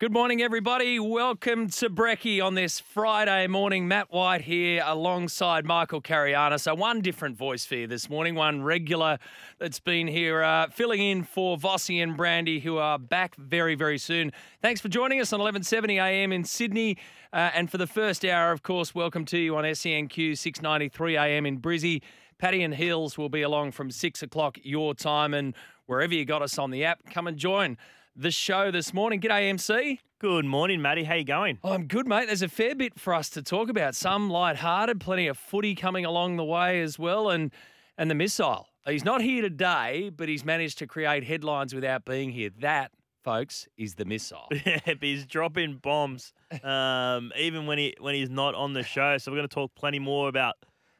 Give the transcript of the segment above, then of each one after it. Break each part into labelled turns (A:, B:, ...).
A: Good morning, everybody. Welcome to Brekkie on this Friday morning. Matt White here alongside Michael Cariana. So, one different voice for you this morning, one regular that's been here uh, filling in for Vossi and Brandy, who are back very, very soon. Thanks for joining us on 1170 a.m. in Sydney. Uh, and for the first hour, of course, welcome to you on E SENQ 693 a.m. in Brizzy. Patty and Hills will be along from six o'clock your time. And wherever you got us on the app, come and join the show this morning. G'day, MC.
B: Good morning, Matty. How you going?
A: Oh, I'm good, mate. There's a fair bit for us to talk about. Some light-hearted, plenty of footy coming along the way as well, and and the missile. He's not here today, but he's managed to create headlines without being here. That, folks, is the missile.
B: Yep, he's dropping bombs, um, even when he when he's not on the show. So we're going to talk plenty more about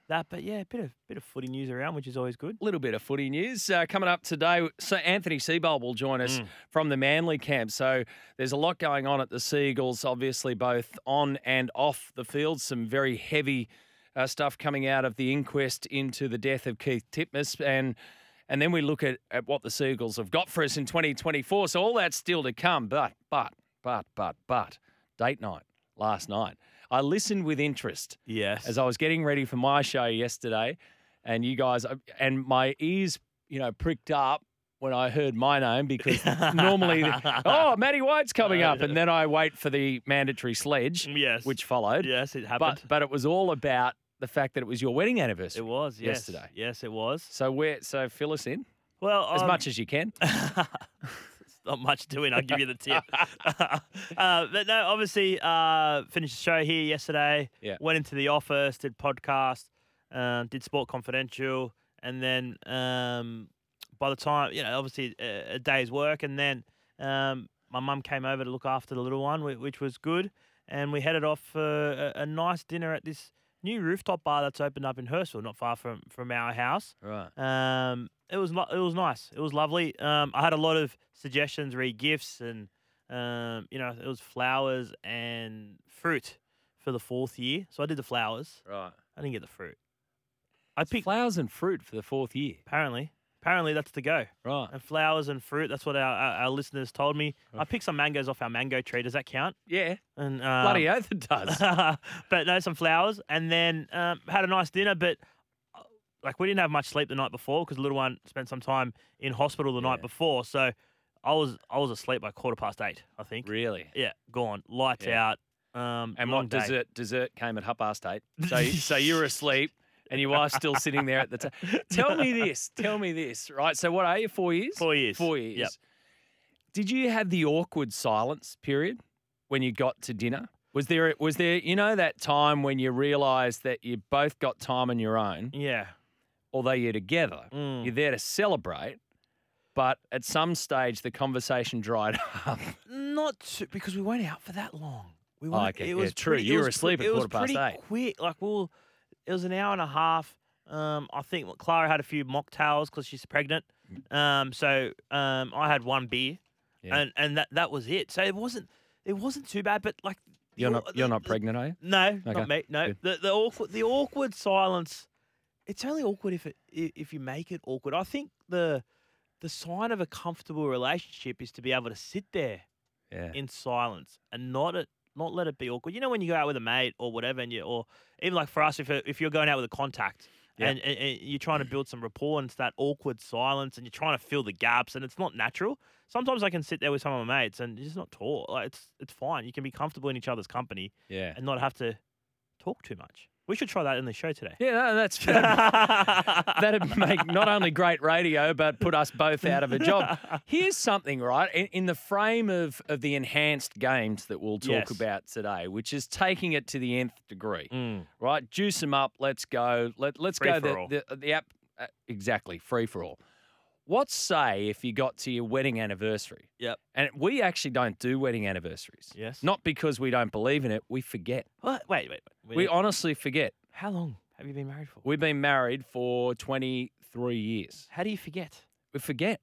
B: that. But yeah, a bit of bit of footy news around, which is always good.
A: little bit of footy news uh, coming up today. So Anthony Seabold will join us from the Manly camp. So there's a lot going on at the Seagulls, obviously both on and off the field. Some very heavy uh, stuff coming out of the inquest into the death of Keith Titmus, and and then we look at, at what the Seagulls have got for us in 2024. So all that's still to come. But but but but but date night last night. I listened with interest
B: Yes.
A: as I was getting ready for my show yesterday, and you guys, uh, and my ears, you know, pricked up when I heard my name because normally, oh, Matty White's coming up, and then I wait for the mandatory sledge,
B: Mm, yes.
A: which followed.
B: yes, it happened.
A: but but it was all about the fact that it was your wedding anniversary.
B: it was yes.
A: yesterday.
B: Yes, it was.
A: So we're so fill us in
B: Well,
A: as
B: um,
A: much as you can.
B: not much doing. I'll give you the tip. uh, but no, obviously, uh, finished the show here yesterday.
A: Yeah.
B: Went into the office, did podcast, um, did Sport Confidential, and then um, by the time you know, obviously a, a day's work, and then um, my mum came over to look after the little one, whi- which was good, and we headed off for a, a nice dinner at this new rooftop bar that's opened up in Hurstville, not far from from our house.
A: Right.
B: Um, it was lo- it was nice. It was lovely. Um, I had a lot of suggestions, re gifts, and um, you know, it was flowers and fruit for the fourth year. So I did the flowers.
A: Right.
B: I didn't get the fruit. I picked
A: Flowers and fruit for the fourth year.
B: apparently. Apparently that's the go.
A: Right.
B: And flowers and fruit. That's what our, our, our listeners told me. I picked some mangoes off our mango tree. Does that count?
A: Yeah.
B: And um,
A: Bloody oath it does.
B: but no, some flowers, and then um, had a nice dinner. But uh, like we didn't have much sleep the night before because the little one spent some time in hospital the night
A: Yeah.
B: before. So I was I was asleep by quarter past eight, I think.
A: really.
B: Yeah, gone, lights
A: Yeah.
B: out. Um,
A: And
B: long
A: what
B: day.
A: dessert dessert came at half past eight. So you- so you were asleep and your wife's still sitting there at the table. Tell me this. Tell me this. Right. So what are you? Four years?
B: Four years.
A: Four
B: Yep.
A: years. Did you have the awkward silence period when you got to dinner? Was there was there you know that time when you realised that you both got time on your own,
B: Yeah.
A: although you're together,
B: Mm.
A: you're there to celebrate, but at some stage the conversation dried up.
B: Not too, because we weren't out for that long. We
A: Oh,
B: weren't.
A: okay.
B: It
A: Yeah,
B: was
A: true.
B: Pretty,
A: You
B: it
A: were
B: was, pre-
A: asleep at
B: it
A: quarter
B: was
A: past
B: pretty
A: eight.
B: Quick, like well, it was an hour and a half. Um, I think well, Clara had a few mocktails because she's pregnant. Um, so um, I had one beer,
A: Mm. Yeah.
B: and and that that was it. So it wasn't it wasn't too bad, but like
A: You're
B: the-
A: not you're not
B: the-
A: pregnant, are you?
B: No,
A: Okay.
B: not me. No,
A: Good.
B: the the awkward the awkward silence. It's only awkward if it i- if you make it awkward. I think the the sign of a comfortable relationship is to be able to sit there
A: Yeah.
B: in silence and not it not let it be awkward. You know when you go out with a mate or whatever, and you or even like for us, if if you're going out with a contact
A: Yeah.
B: and, and, and you're trying to build some rapport, and it's that awkward silence, and you're trying to fill the gaps, and it's not natural. Sometimes I can sit there with some of my mates and just not talk. Like it's it's fine. You can be comfortable in each other's company
A: Yeah.
B: and not have to talk too much. We should try that in the show today.
A: Yeah, no, that's fair. That'd make not only great radio, but put us both out of a job. Here's something, right? In, in the frame of, of the enhanced games that we'll talk
B: Yes.
A: about today, which is taking it to the nth degree,
B: Mm.
A: right? Juice them up. Let's go. Let, let's
B: Free
A: go.
B: for
A: The,
B: all.
A: the, the app, uh, exactly. Free for all. What say if you got to your wedding anniversary?
B: Yep.
A: And we actually don't do wedding anniversaries.
B: Yes.
A: Not because we don't believe in it, we forget.
B: What? Wait, wait. wait.
A: We
B: need-
A: honestly forget.
B: How long have you been married for?
A: We've been married for 23 years.
B: How do you forget? Do
A: We forget.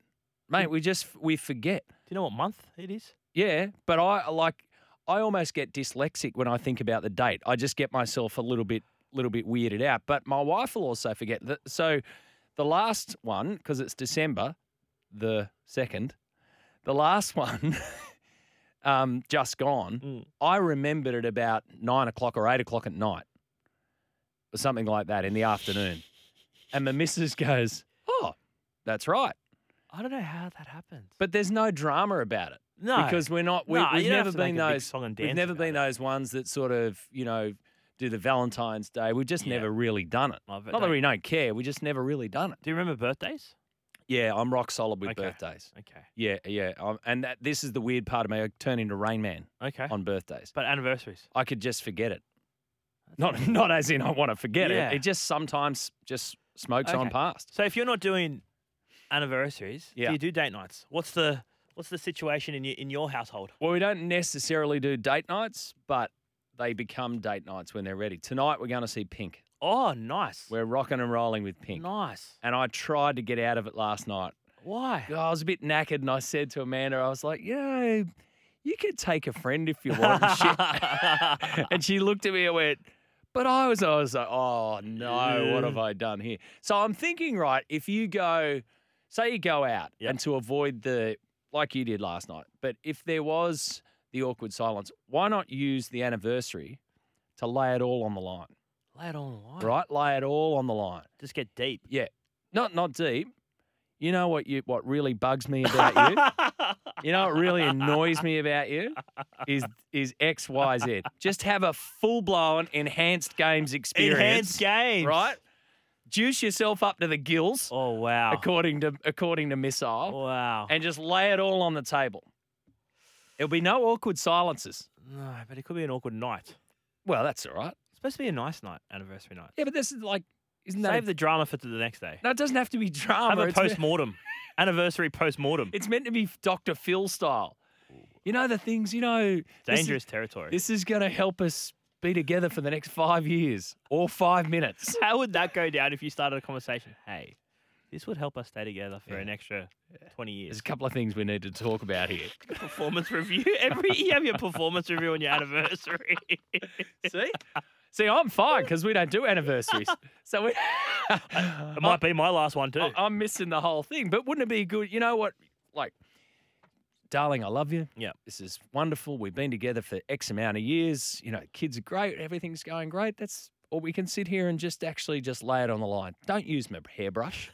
A: Mate, we just we forget.
B: you know what month it is?
A: Yeah, but I like I almost get dyslexic when I think about the date. I just get myself a little bit little bit weirded out. But my wife will also forget. That, so the last one because it's December the 2nd. The last one um just gone.
B: Mm.
A: I remembered at about 9 o'clock or 8 o'clock at night or something like that in the afternoon. And the missus goes, "Oh, that's right."
B: I don't know how that happens.
A: But there's no drama about it
B: no,
A: because we're not we,
B: No,
A: we've
B: you don't have
A: never
B: to make
A: been
B: a big
A: those
B: song and
A: we've
B: dance
A: never
B: about
A: been
B: it.
A: those ones that sort of you know do the Valentine's Day. We've just
B: Yeah.
A: never really done it. Not
B: I've-
A: that
B: don't-
A: we don't care, we just never really done it.
B: do you remember birthdays?
A: Yeah, I'm rock solid with
B: Okay.
A: birthdays.
B: Okay,
A: Yeah, yeah, i and that this is the weird part of me. I turn into Rain Man
B: okay.
A: on birthdays.
B: but anniversaries.
A: I could just forget it. Not not as in I want to forget
B: Yeah.
A: it. It just sometimes just smokes on
B: Okay.
A: past.
B: So if you're not doing anniversaries,
A: Yeah.
B: do you do date nights? What's the what's the situation in your in your household?
A: Well, we don't necessarily do date nights, but they become date nights when they're ready. Tonight we're going to see Pink.
B: Oh, nice.
A: We're rocking and rolling with Pink.
B: nice.
A: and I tried to get out of it last night.
B: Why?
A: I was a bit knackered, and I said to Amanda, I was like, you know, you could take a friend if you want. and shit." and she looked at me and went, but I was, I was like, oh no, what have I done here? So I'm thinking, right, if you go, say you go out
B: Yep.
A: and to avoid the, like you did last night, but if there was the awkward silence, why not use the anniversary to lay it all on the line,
B: Lay it on the line.
A: right? Lay it all on the line
B: Just get deep.
A: not not deep. You know what you what really bugs me about you? You know what really annoys me about you is is X Y Z. Just have a full blown enhanced games experience,
B: Enhanced games.
A: right? Juice yourself up to the gills,
B: Oh wow. Oh.
A: according to according to Missile,
B: Wow.
A: and just lay it all on the table. There'll be no awkward silences.
B: no, but it could be an awkward night.
A: Well, that's all right.
B: It's supposed to be a nice night, anniversary night.
A: Yeah, but this is like isn't that
B: Save
A: a-
B: the drama for the next day.
A: no? It doesn't have to be drama.
B: Have a
A: It's me-
B: post mortem. anniversary post mortem.
A: It's meant to be Dr. Phil style. You know the things, you know. this is-
B: Dangerous territory.
A: This is, going to help us be together for the next five years or five minutes.
B: How would that go down if you started a conversation? Hey, this would help us stay together for an extra 20
A: There's a
B: years.
A: couple of things we need to talk about here.
B: performance review. Every you have your performance review on your anniversary.
A: See? See, I'm fine because we don't do anniversaries. So we,
B: it might be my last one too.
A: I, I'm missing the whole thing. But wouldn't it be good? You know what? Like, darling, I love you.
B: Yep.
A: This is wonderful. We've been together for X amount of years. You know, kids are great. Everything's going great. That's or we can sit here and just actually just lay it on the line. Don't use my hairbrush.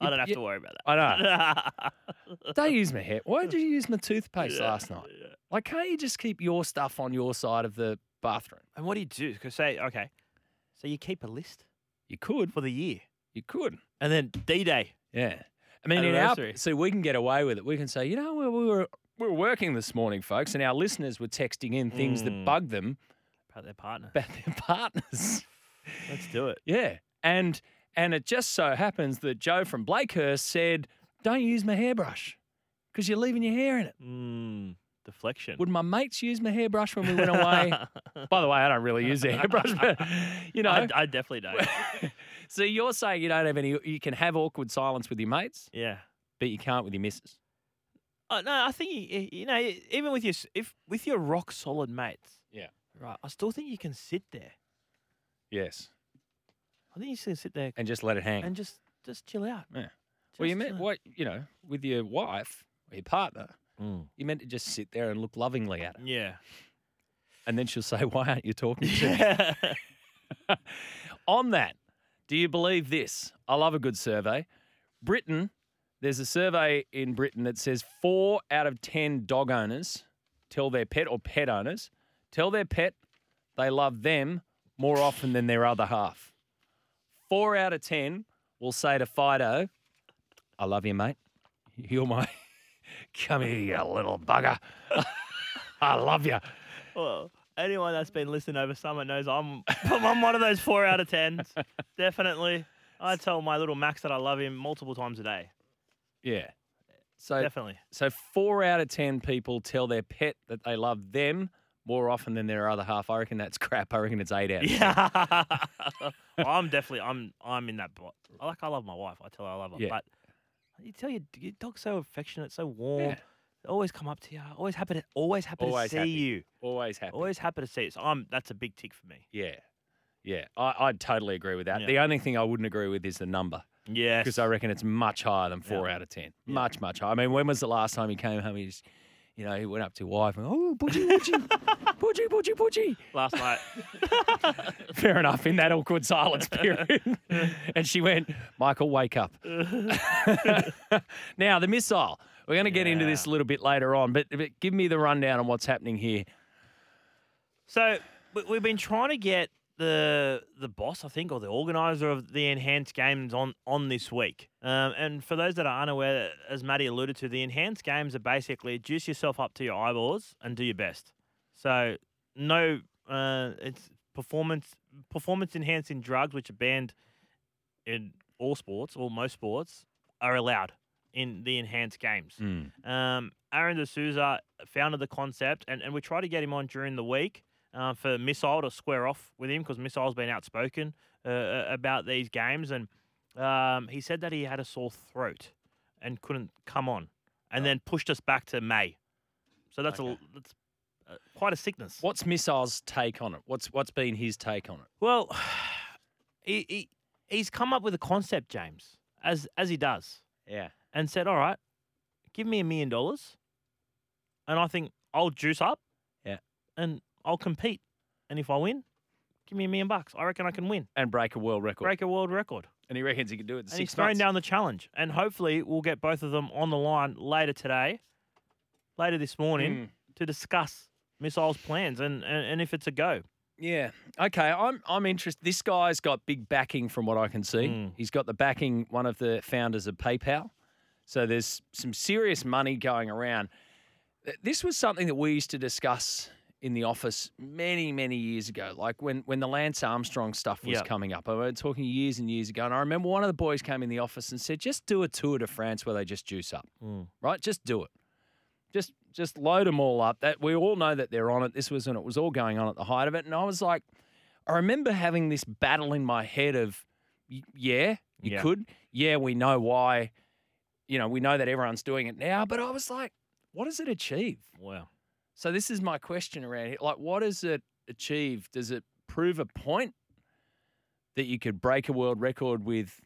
B: I don't have
A: you-
B: to worry about
A: I know.
B: that.
A: Don't use my hair. Why did you use my toothpaste
B: Yeah,
A: last night?
B: yeah.
A: Like, can't you just keep your stuff on your side of the bathroom?
B: And what do you do? Because say, okay, so you keep a list
A: You could.
B: for the year,
A: You could.
B: and then D Day.
A: Yeah. I mean, in our,
B: Anniversary.
A: so we can get away with it. We can say, you know, we, we were we were working this morning, folks, and our listeners were texting in things that
B: Mm.
A: bug them
B: About their partner.
A: about their partners.
B: Let's do it.
A: yeah. And and it just so happens that Joe from Blakehurst said, "Don't use my hairbrush because you're leaving your hair in it."
B: Mm, deflection.
A: Would my mates use my hairbrush when we went away? By the way, I don't really use a hairbrush, but you know.
B: I, I definitely don't.
A: so you're saying you don't have any, you can have awkward silence with your mates,
B: yeah.
A: but you can't with your missus.
B: Oh, no, I think you, you- you know, e, even with your s- if with your rock solid mates.
A: Yeah.
B: Right. I still think you can sit there.
A: Yes.
B: I think you can sit there
A: And just let it hang.
B: and just just chill out.
A: Yeah. well, you
B: Just uh,
A: meant
B: chill out.
A: what, you know, with your wife or your partner,
B: Mm.
A: you meant to just sit there and look lovingly at her.
B: Yeah.
A: And then she'll say, Why aren't you talking to me? On that, do you believe this? I love a good survey. Britain, there's a survey in Britain that says four out of 10 dog owners tell their pet or pet owners tell their pet they love them more often than their other half. Four out of 10 will say to Fido, I love you, mate. You're my. Come here, you little bugger. I love you.
B: well, anyone that's been listening over summer knows I'm I'm one of those four out of tens. Definitely. I tell my little Max that I love him multiple times a day.
A: Yeah. So
B: Definitely.
A: so four out of ten people tell their pet that they love them more often than their other half. I reckon that's crap. I reckon it's eight out. of 10.
B: Yeah. I'm definitely I'm I'm in that bot. I Like I love my wife. I tell her I love her.
A: Yeah.
B: But you tell your, your dog's so affectionate, so warm.
A: Yeah.
B: They always come up to you. Always happy to always happy
A: Always
B: to see
A: happy.
B: you.
A: Always happy.
B: Always happy to see you. So I'm that's a big tick for me.
A: Yeah. Yeah. I, I'd totally agree with that.
B: Yeah.
A: The only thing I wouldn't agree with is the number.
B: Yes.
A: because I reckon it's much higher than four
B: Yeah.
A: out of ten.
B: Yeah.
A: Much, much higher. I mean, when was the last time he came home? He just, you know, he went up to wife and oh, budgie, budgie, budgie, budgie, budgie.
B: last night.
A: Fair enough. In that awkward silence period, and she went, Michael, wake up. now the missile. We're going to get into this a little bit later on, but, but give me the rundown on what's happening here.
B: So we- we've been trying to get the the boss, I think, or the organizer of the enhanced games on on this week. Um, and for those that are unaware, as Maddie alluded to, the enhanced games are basically juice yourself up to your eyeballs and do your best. So no, uh, it's performance performance enhancing drugs, which are banned in all sports or most sports, are allowed in the enhanced games. Um, Aaron D'Souza founded the concept, and, and we tried to get him on during the week uh, for Missile to square off with him because Missile's been outspoken uh, uh, about these games. And um, he said that he had a sore throat and couldn't come on, and then pushed us back to May. So that's, a,
A: Okay.
B: that's uh, quite a sickness.
A: What's Missile's take on it? What's what's been his take on it?
B: Well, he, he, he's come up with a concept, James, as, as he does.
A: Yeah.
B: and said, "All right, give me a million dollars, and I think I'll juice up,
A: Yeah.
B: and I'll compete, and if I win, give me a million bucks. I reckon I can win,
A: And break a world record.
B: break a world record."
A: And he reckons he can do it in
B: and
A: six
B: he's throwing
A: months.
B: down the challenge, and hopefully we'll get both of them on the line later today, later this morning,
A: Hmm.
B: to discuss missiles plans and, and and if it's a go.
A: Yeah. Okay. I'm I'm interested. This guy's got big backing from what I can see.
B: Mm.
A: He's got the backing one of the founders of PayPal. So there's some serious money going around. Th- This was something that we used to discuss in the office many, many years ago, like when, when the Lance Armstrong stuff was
B: Yeah.
A: coming up. I was talking years and years ago. And I remember one of the boys came in the office and said, just do a tour de France where they just juice up right? Just do it. Just just load them all up. That we all know that they're on it. This was when it was all going on at the height of it, and I was like, I remember having this battle in my head of, y- yeah, you
B: Yeah.
A: could, yeah, we know why, you know, we know that everyone's doing it now, but I was like, what does it achieve?
B: Wow.
A: So this is my question around here. Like, what does it achieve? Does it prove a point that you could break a world record with?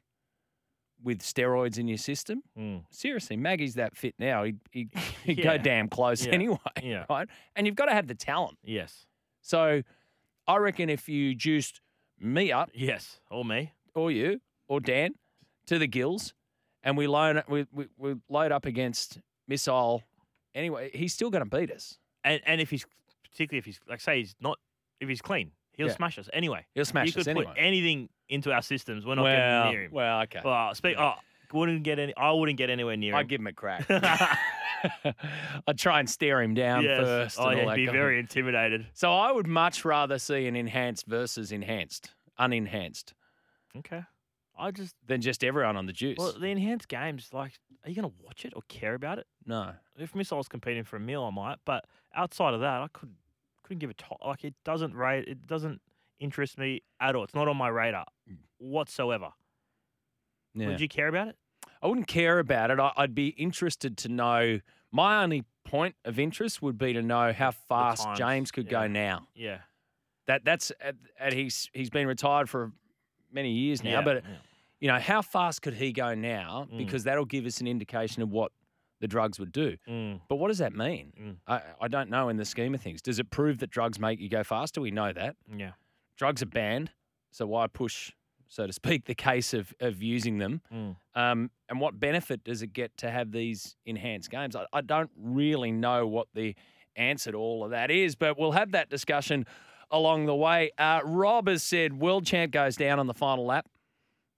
A: With steroids in your system,
B: Hmm.
A: seriously, Maggie's that fit now. He'd, he'd, he'd
B: Yeah.
A: go damn close
B: Yeah.
A: anyway,
B: Yeah.
A: right? And you've got to have the talent.
B: Yes.
A: So I reckon if you juiced me up,
B: Yes. Or me.
A: or you, or Dan, to the gills, and we loan we, we, we load up against Missile, anyway, he's still going to beat us.
B: and and if he's particularly if he's like say he's not if he's clean, he'll
A: Yeah.
B: smash us anyway.
A: He'll smash
B: you could
A: us anyway.
B: put anything into our systems. We're not
A: well,
B: getting near him.
A: well, okay.
B: Well, speak. Oh, wouldn't get any. I wouldn't get anywhere near him.
A: I'd give him a crack. I'd try and stare him down
B: Yes.
A: first.
B: Oh,
A: and all
B: yeah,
A: that
B: be
A: kind of-
B: very intimidated.
A: So I would much rather see an enhanced versus enhanced, unenhanced,
B: Okay. I just
A: than just everyone on the juice.
B: well the enhanced games. Like, are you gonna watch it or care about it?
A: no.
B: If missiles competing for a meal, I might. But outside of that, I could couldn't give a top. Like, it doesn't rate. It doesn't interest me at all. It's not on my radar whatsoever.
A: Yeah.
B: Would you care about it?
A: I wouldn't care about it. I, I'd be interested to know. My only point of interest would be to know how fast
B: times,
A: James could
B: yeah.
A: go now.
B: Yeah.
A: That that's at, at he's he's been retired for many years now,
B: yeah.
A: but
B: yeah.
A: you know how fast could he go now?
B: Mm.
A: Because that'll give us an indication of what the drugs would do.
B: Mm.
A: But what does that mean?
B: Mm.
A: I, I don't know in the scheme of things. Does it prove that drugs make you go faster? We know that.
B: Yeah.
A: drugs are banned, so why push, so to speak, the case of of using them?
B: Mm.
A: Um, and what benefit does it get to have these enhanced games? I, I don't really know what the answer to all of that is, but we'll have that discussion along the way. Uh, Rob has said world champ goes down on the final lap.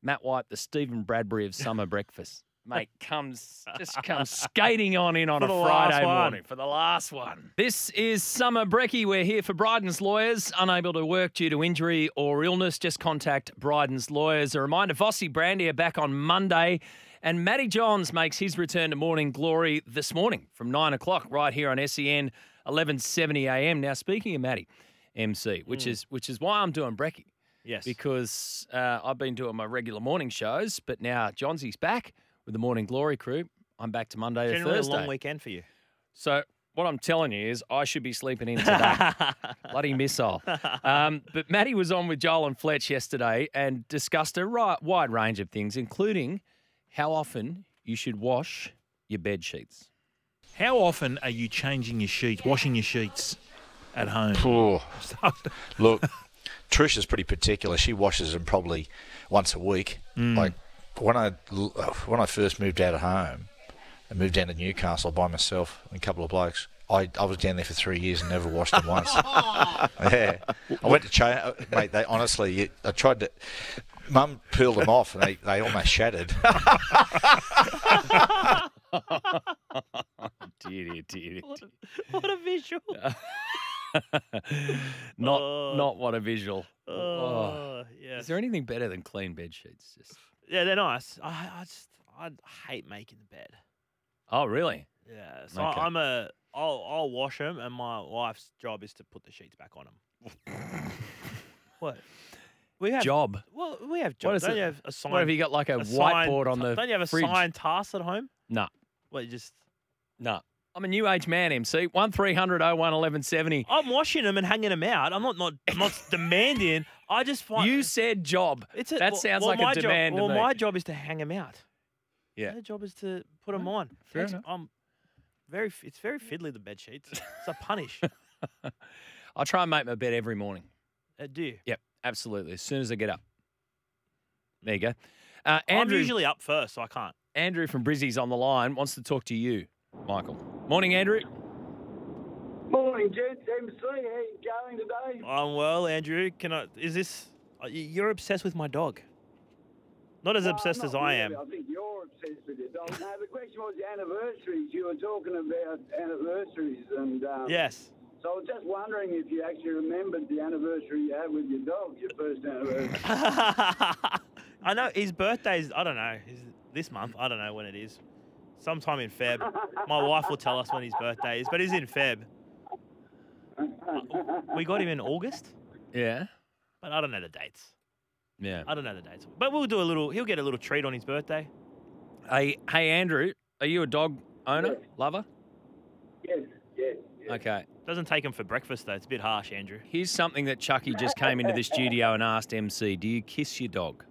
A: Matt White, the Stephen Bradbury of summer breakfast. Mate comes just comes skating on in on
B: For
A: a
B: the last
A: Friday
B: one.
A: morning for the last one. This is Summer Brecky. We're here for Bryden's Lawyers. Unable to work due to injury or illness, just contact Bryden's Lawyers. A reminder, Vossi Brandy are back on Monday And Matty Johns makes his return to Morning Glory this morning from nine o'clock right here on E SEN 1170 AM. Now, speaking of Matty, MC, which is which is why I'm doing brekkie
B: Yes.
A: because uh, I've been doing my regular morning shows, but now Johnsy's back with the Morning Glory crew. I'm back to Monday to
B: Generally
A: Thursday.
B: a long weekend for you.
A: So what I'm telling you is I should be sleeping in today. Bloody missile. Um, but Maddie was on with Joel and Fletch yesterday and discussed a ri- wide range of things, including how often you should wash your bed sheets.
C: How often are you changing your sheets, washing your sheets at home?
D: Ooh. Look, Trish is pretty particular. She washes them probably once a week. Like when I when I first moved out of home and moved down to Newcastle by myself and a couple of blokes. I, I was down there for three years and never washed them once. yeah, I went to change, mate. They honestly, you- I tried to. Mum peeled them off and they, they almost shattered.
A: Dear, dear, dear, dear.
B: what a visual.
A: Not,
B: Oh.
A: not what a visual. Oh.
B: Oh, yeah.
A: Is there anything better than clean bed sheets? Just...
B: Yeah, they're nice. I, I just I hate making the bed.
A: Oh, really?
B: Yeah. So
A: Okay.
B: I, I'm a I'll I'll wash them, and my wife's job is to put the sheets back on them. what? We have
A: Job.
B: Well, we have
A: What is
B: jobs.
A: it?
B: Don't you have a sign?
A: What have you got? Like a,
B: a sign-
A: whiteboard on the
B: Don't you have a
A: fridge?
B: signed task at home?
A: No,
B: Well, you just
A: no. I'm a new age man, MC. One 1170.
B: I'm washing them and hanging them out. I'm not not I'm not demanding. I just find
A: You said job.
B: It's a,
A: that
B: well-
A: sounds
B: well,
A: like
B: my
A: a demand
B: Job,
A: to
B: well,
A: me.
B: my job is to hang them out.
A: Yeah.
B: Their job is to put them on.
A: fair
B: It's-
A: enough.
B: I'm very. f- It's very fiddly the bed sheets. It's a punish.
A: I try and make my bed every morning.
B: Uh, do you?
A: Yep, absolutely. As soon as I get up. There you go. Uh,
B: I'm
A: Andrew,
B: usually up first, so I can't.
A: Andrew from Brizzy's on the line wants to talk to you, Michael. Morning, Andrew.
E: Morning, gents. MC, how you going today?
B: I'm Um, well, Andrew. Can I? Is this? uh, y- You're obsessed with my dog. Not as
E: Well,
B: obsessed
E: not
B: as I am.
E: really. I think you're obsessed with it. dog. No, the question was anniversaries. You were talking about anniversaries, and um,
B: Yes.
E: So I was just wondering if you actually remembered the anniversary you had with your dog, your first anniversary.
B: I know his birthday's. I don't know. Is this month? I don't know when it is. Sometime in Feb. My wife will tell us when his birthday is, but it's in Feb. We got him in August,
A: Yeah.
B: but I don't know the dates.
A: Yeah.
B: I don't know the dates. But we'll do a little. He'll get a little treat on his birthday.
A: Hey, hey, Andrew, are you a dog owner, lover?
E: yes, yes, yes.
A: Okay.
B: Doesn't take him for breakfast though. It's a bit harsh, Andrew.
A: Here's something that Chucky just came into the studio and asked MC Do you kiss your dog?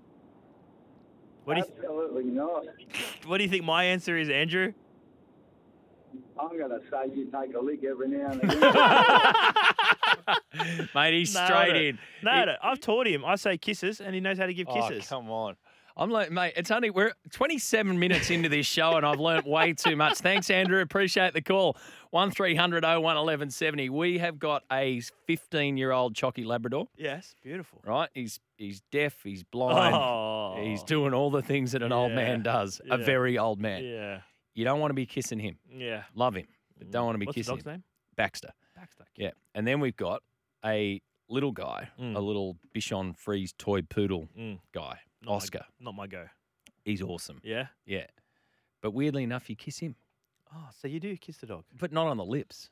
B: What do you
E: Absolutely not.
B: What do you think my answer is, Andrew?
E: I'm going to say you take a lick every now and again.
A: Mate, he's
B: Nailed
A: straight
B: it.
A: in.
B: No,
A: He-
B: no, I've taught him. I say kisses, and he knows how to give kisses.
A: Oh, come on. I'm like, mate, it's only we're 27 minutes into this show and I've learnt way too much. Thanks, Andrew. Appreciate the call. 1300 01 1170. We have got a 15 year old Chalky Labrador,
B: yes, beautiful. Oh.
A: right? He's he's deaf, he's blind, he's doing all the things that an old
B: Yeah,
A: man does, a
B: yeah.
A: very old man.
B: Yeah,
A: You don't want to be kissing him.
B: yeah.
A: Love him, but don't want to be
B: Mm. What's the
A: kissing
B: dog's
A: him.
B: name?
A: Baxter.
B: Baxter.
A: Yeah. And then we've got a little guy,
B: Mm.
A: a little Bichon Frise toy poodle
B: Mm.
A: guy,
B: Not my-
A: Oscar.
B: not my go.
A: He's awesome.
B: Yeah.
A: Yeah. But weirdly enough, you kiss him,
B: Oh, so you do kiss the dog?
A: but not on the lips.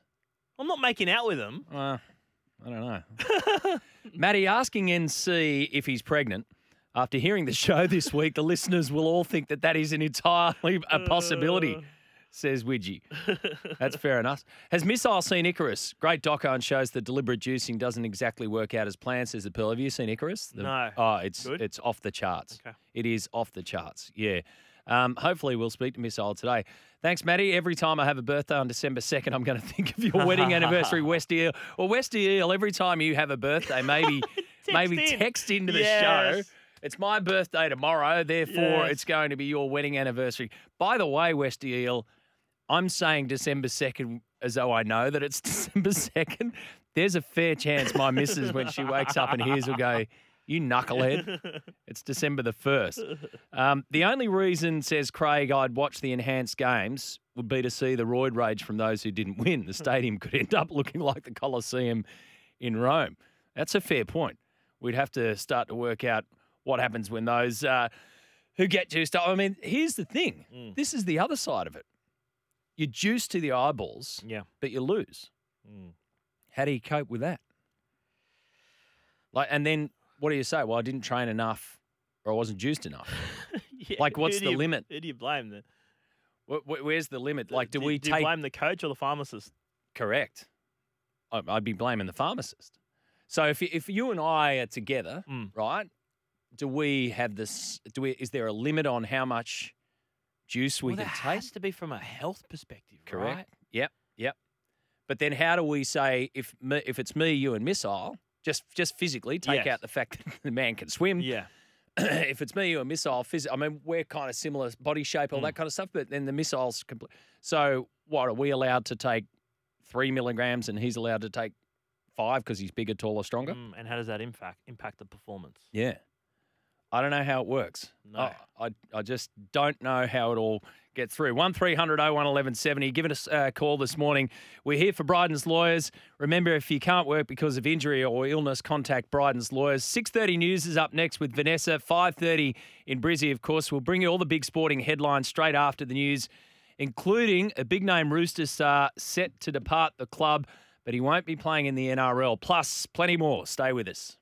B: I'm not making out with him.
A: Uh, I don't know. Maddie asking NC if he's pregnant. After hearing the show this week, the listeners will all think that that is an entirely a possibility, says Widgie. That's fair enough. Has Missile seen Icarus? Great doco and shows that deliberate juicing doesn't exactly work out as planned, says the Pearl. Have you seen Icarus? The-
B: No.
A: Oh, it's
B: Good?
A: it's off the charts.
B: Okay.
A: It is off the charts. Yeah. Um, hopefully, we'll speak to Miss Old today. Thanks, Maddie. Every time I have a birthday on December 2nd, I'm going to think of your wedding anniversary, West Eel. Or West Eel, every time you have a birthday, maybe maybe
B: in.
A: text into the show.
B: Yes.
A: It's my birthday tomorrow, therefore,
B: Yes.
A: it's going to be your wedding anniversary. By the way, West Eel, I'm saying December 2nd as though I know that it's December 2nd. There's a fair chance my missus, when she wakes up and hears, will go, You knucklehead. It's December the 1st. Um, the only reason, says Craig, I'd watch the enhanced games would be to see the roid rage from those who didn't win. The stadium could end up looking like the Colosseum in Rome. That's a fair point. We'd have to start to work out what happens when those. Uh, who get juiced up. I mean, here's the thing.
B: Mm.
A: This is the other side of it. You're juiced to the eyeballs,
B: Yeah.
A: but you lose.
B: Mm.
A: How do you cope with that? Like, and then what do you say? Well, I didn't train enough, or I wasn't juiced enough.
B: Yeah,
A: Like, what's
B: who do
A: the
B: you-
A: limit?
B: Who do you blame? The,
A: Wh- wh- Where's the limit? Like, do,
B: do,
A: we
B: do
A: take
B: you blame the coach or the pharmacist?
A: Correct. I- I'd be blaming the pharmacist. So if you, if you and I are together,
B: Mm.
A: right? Do we have this? Do we? Is there a limit on how much juice we
B: well,
A: can
B: that
A: take?
B: has to be from a health perspective,
A: Correct.
B: right?
A: Yep. Yep. But then, how do we say if me, if it's me, you, and Missile, just just physically take
B: Yes.
A: out the fact that the man can swim?
B: Yeah.
A: if it's me, you, and Missile, phys- I mean, we're kind of similar body shape, all
B: Mm.
A: that kind of stuff. But then the Missile's complete. So what are we allowed to take? Three milligrams, and he's allowed to take five because he's bigger, taller, stronger.
B: Mm, and how does that impact impact the performance?
A: Yeah. I don't know how it works.
B: No.
A: I, I, I just don't know how it all gets through. 1300 01 1170. Give us a call this morning. We're here for Bryden's Lawyers. Remember, if you can't work because of injury or illness, contact Bryden's Lawyers. 6.30 News is up next with Vanessa. 5.30 in Brizzy, of course. We'll bring you all the big sporting headlines straight after the news, including a big-name Rooster star set to depart the club, but he won't be playing in the NRL. Plus, plenty more. Stay with us.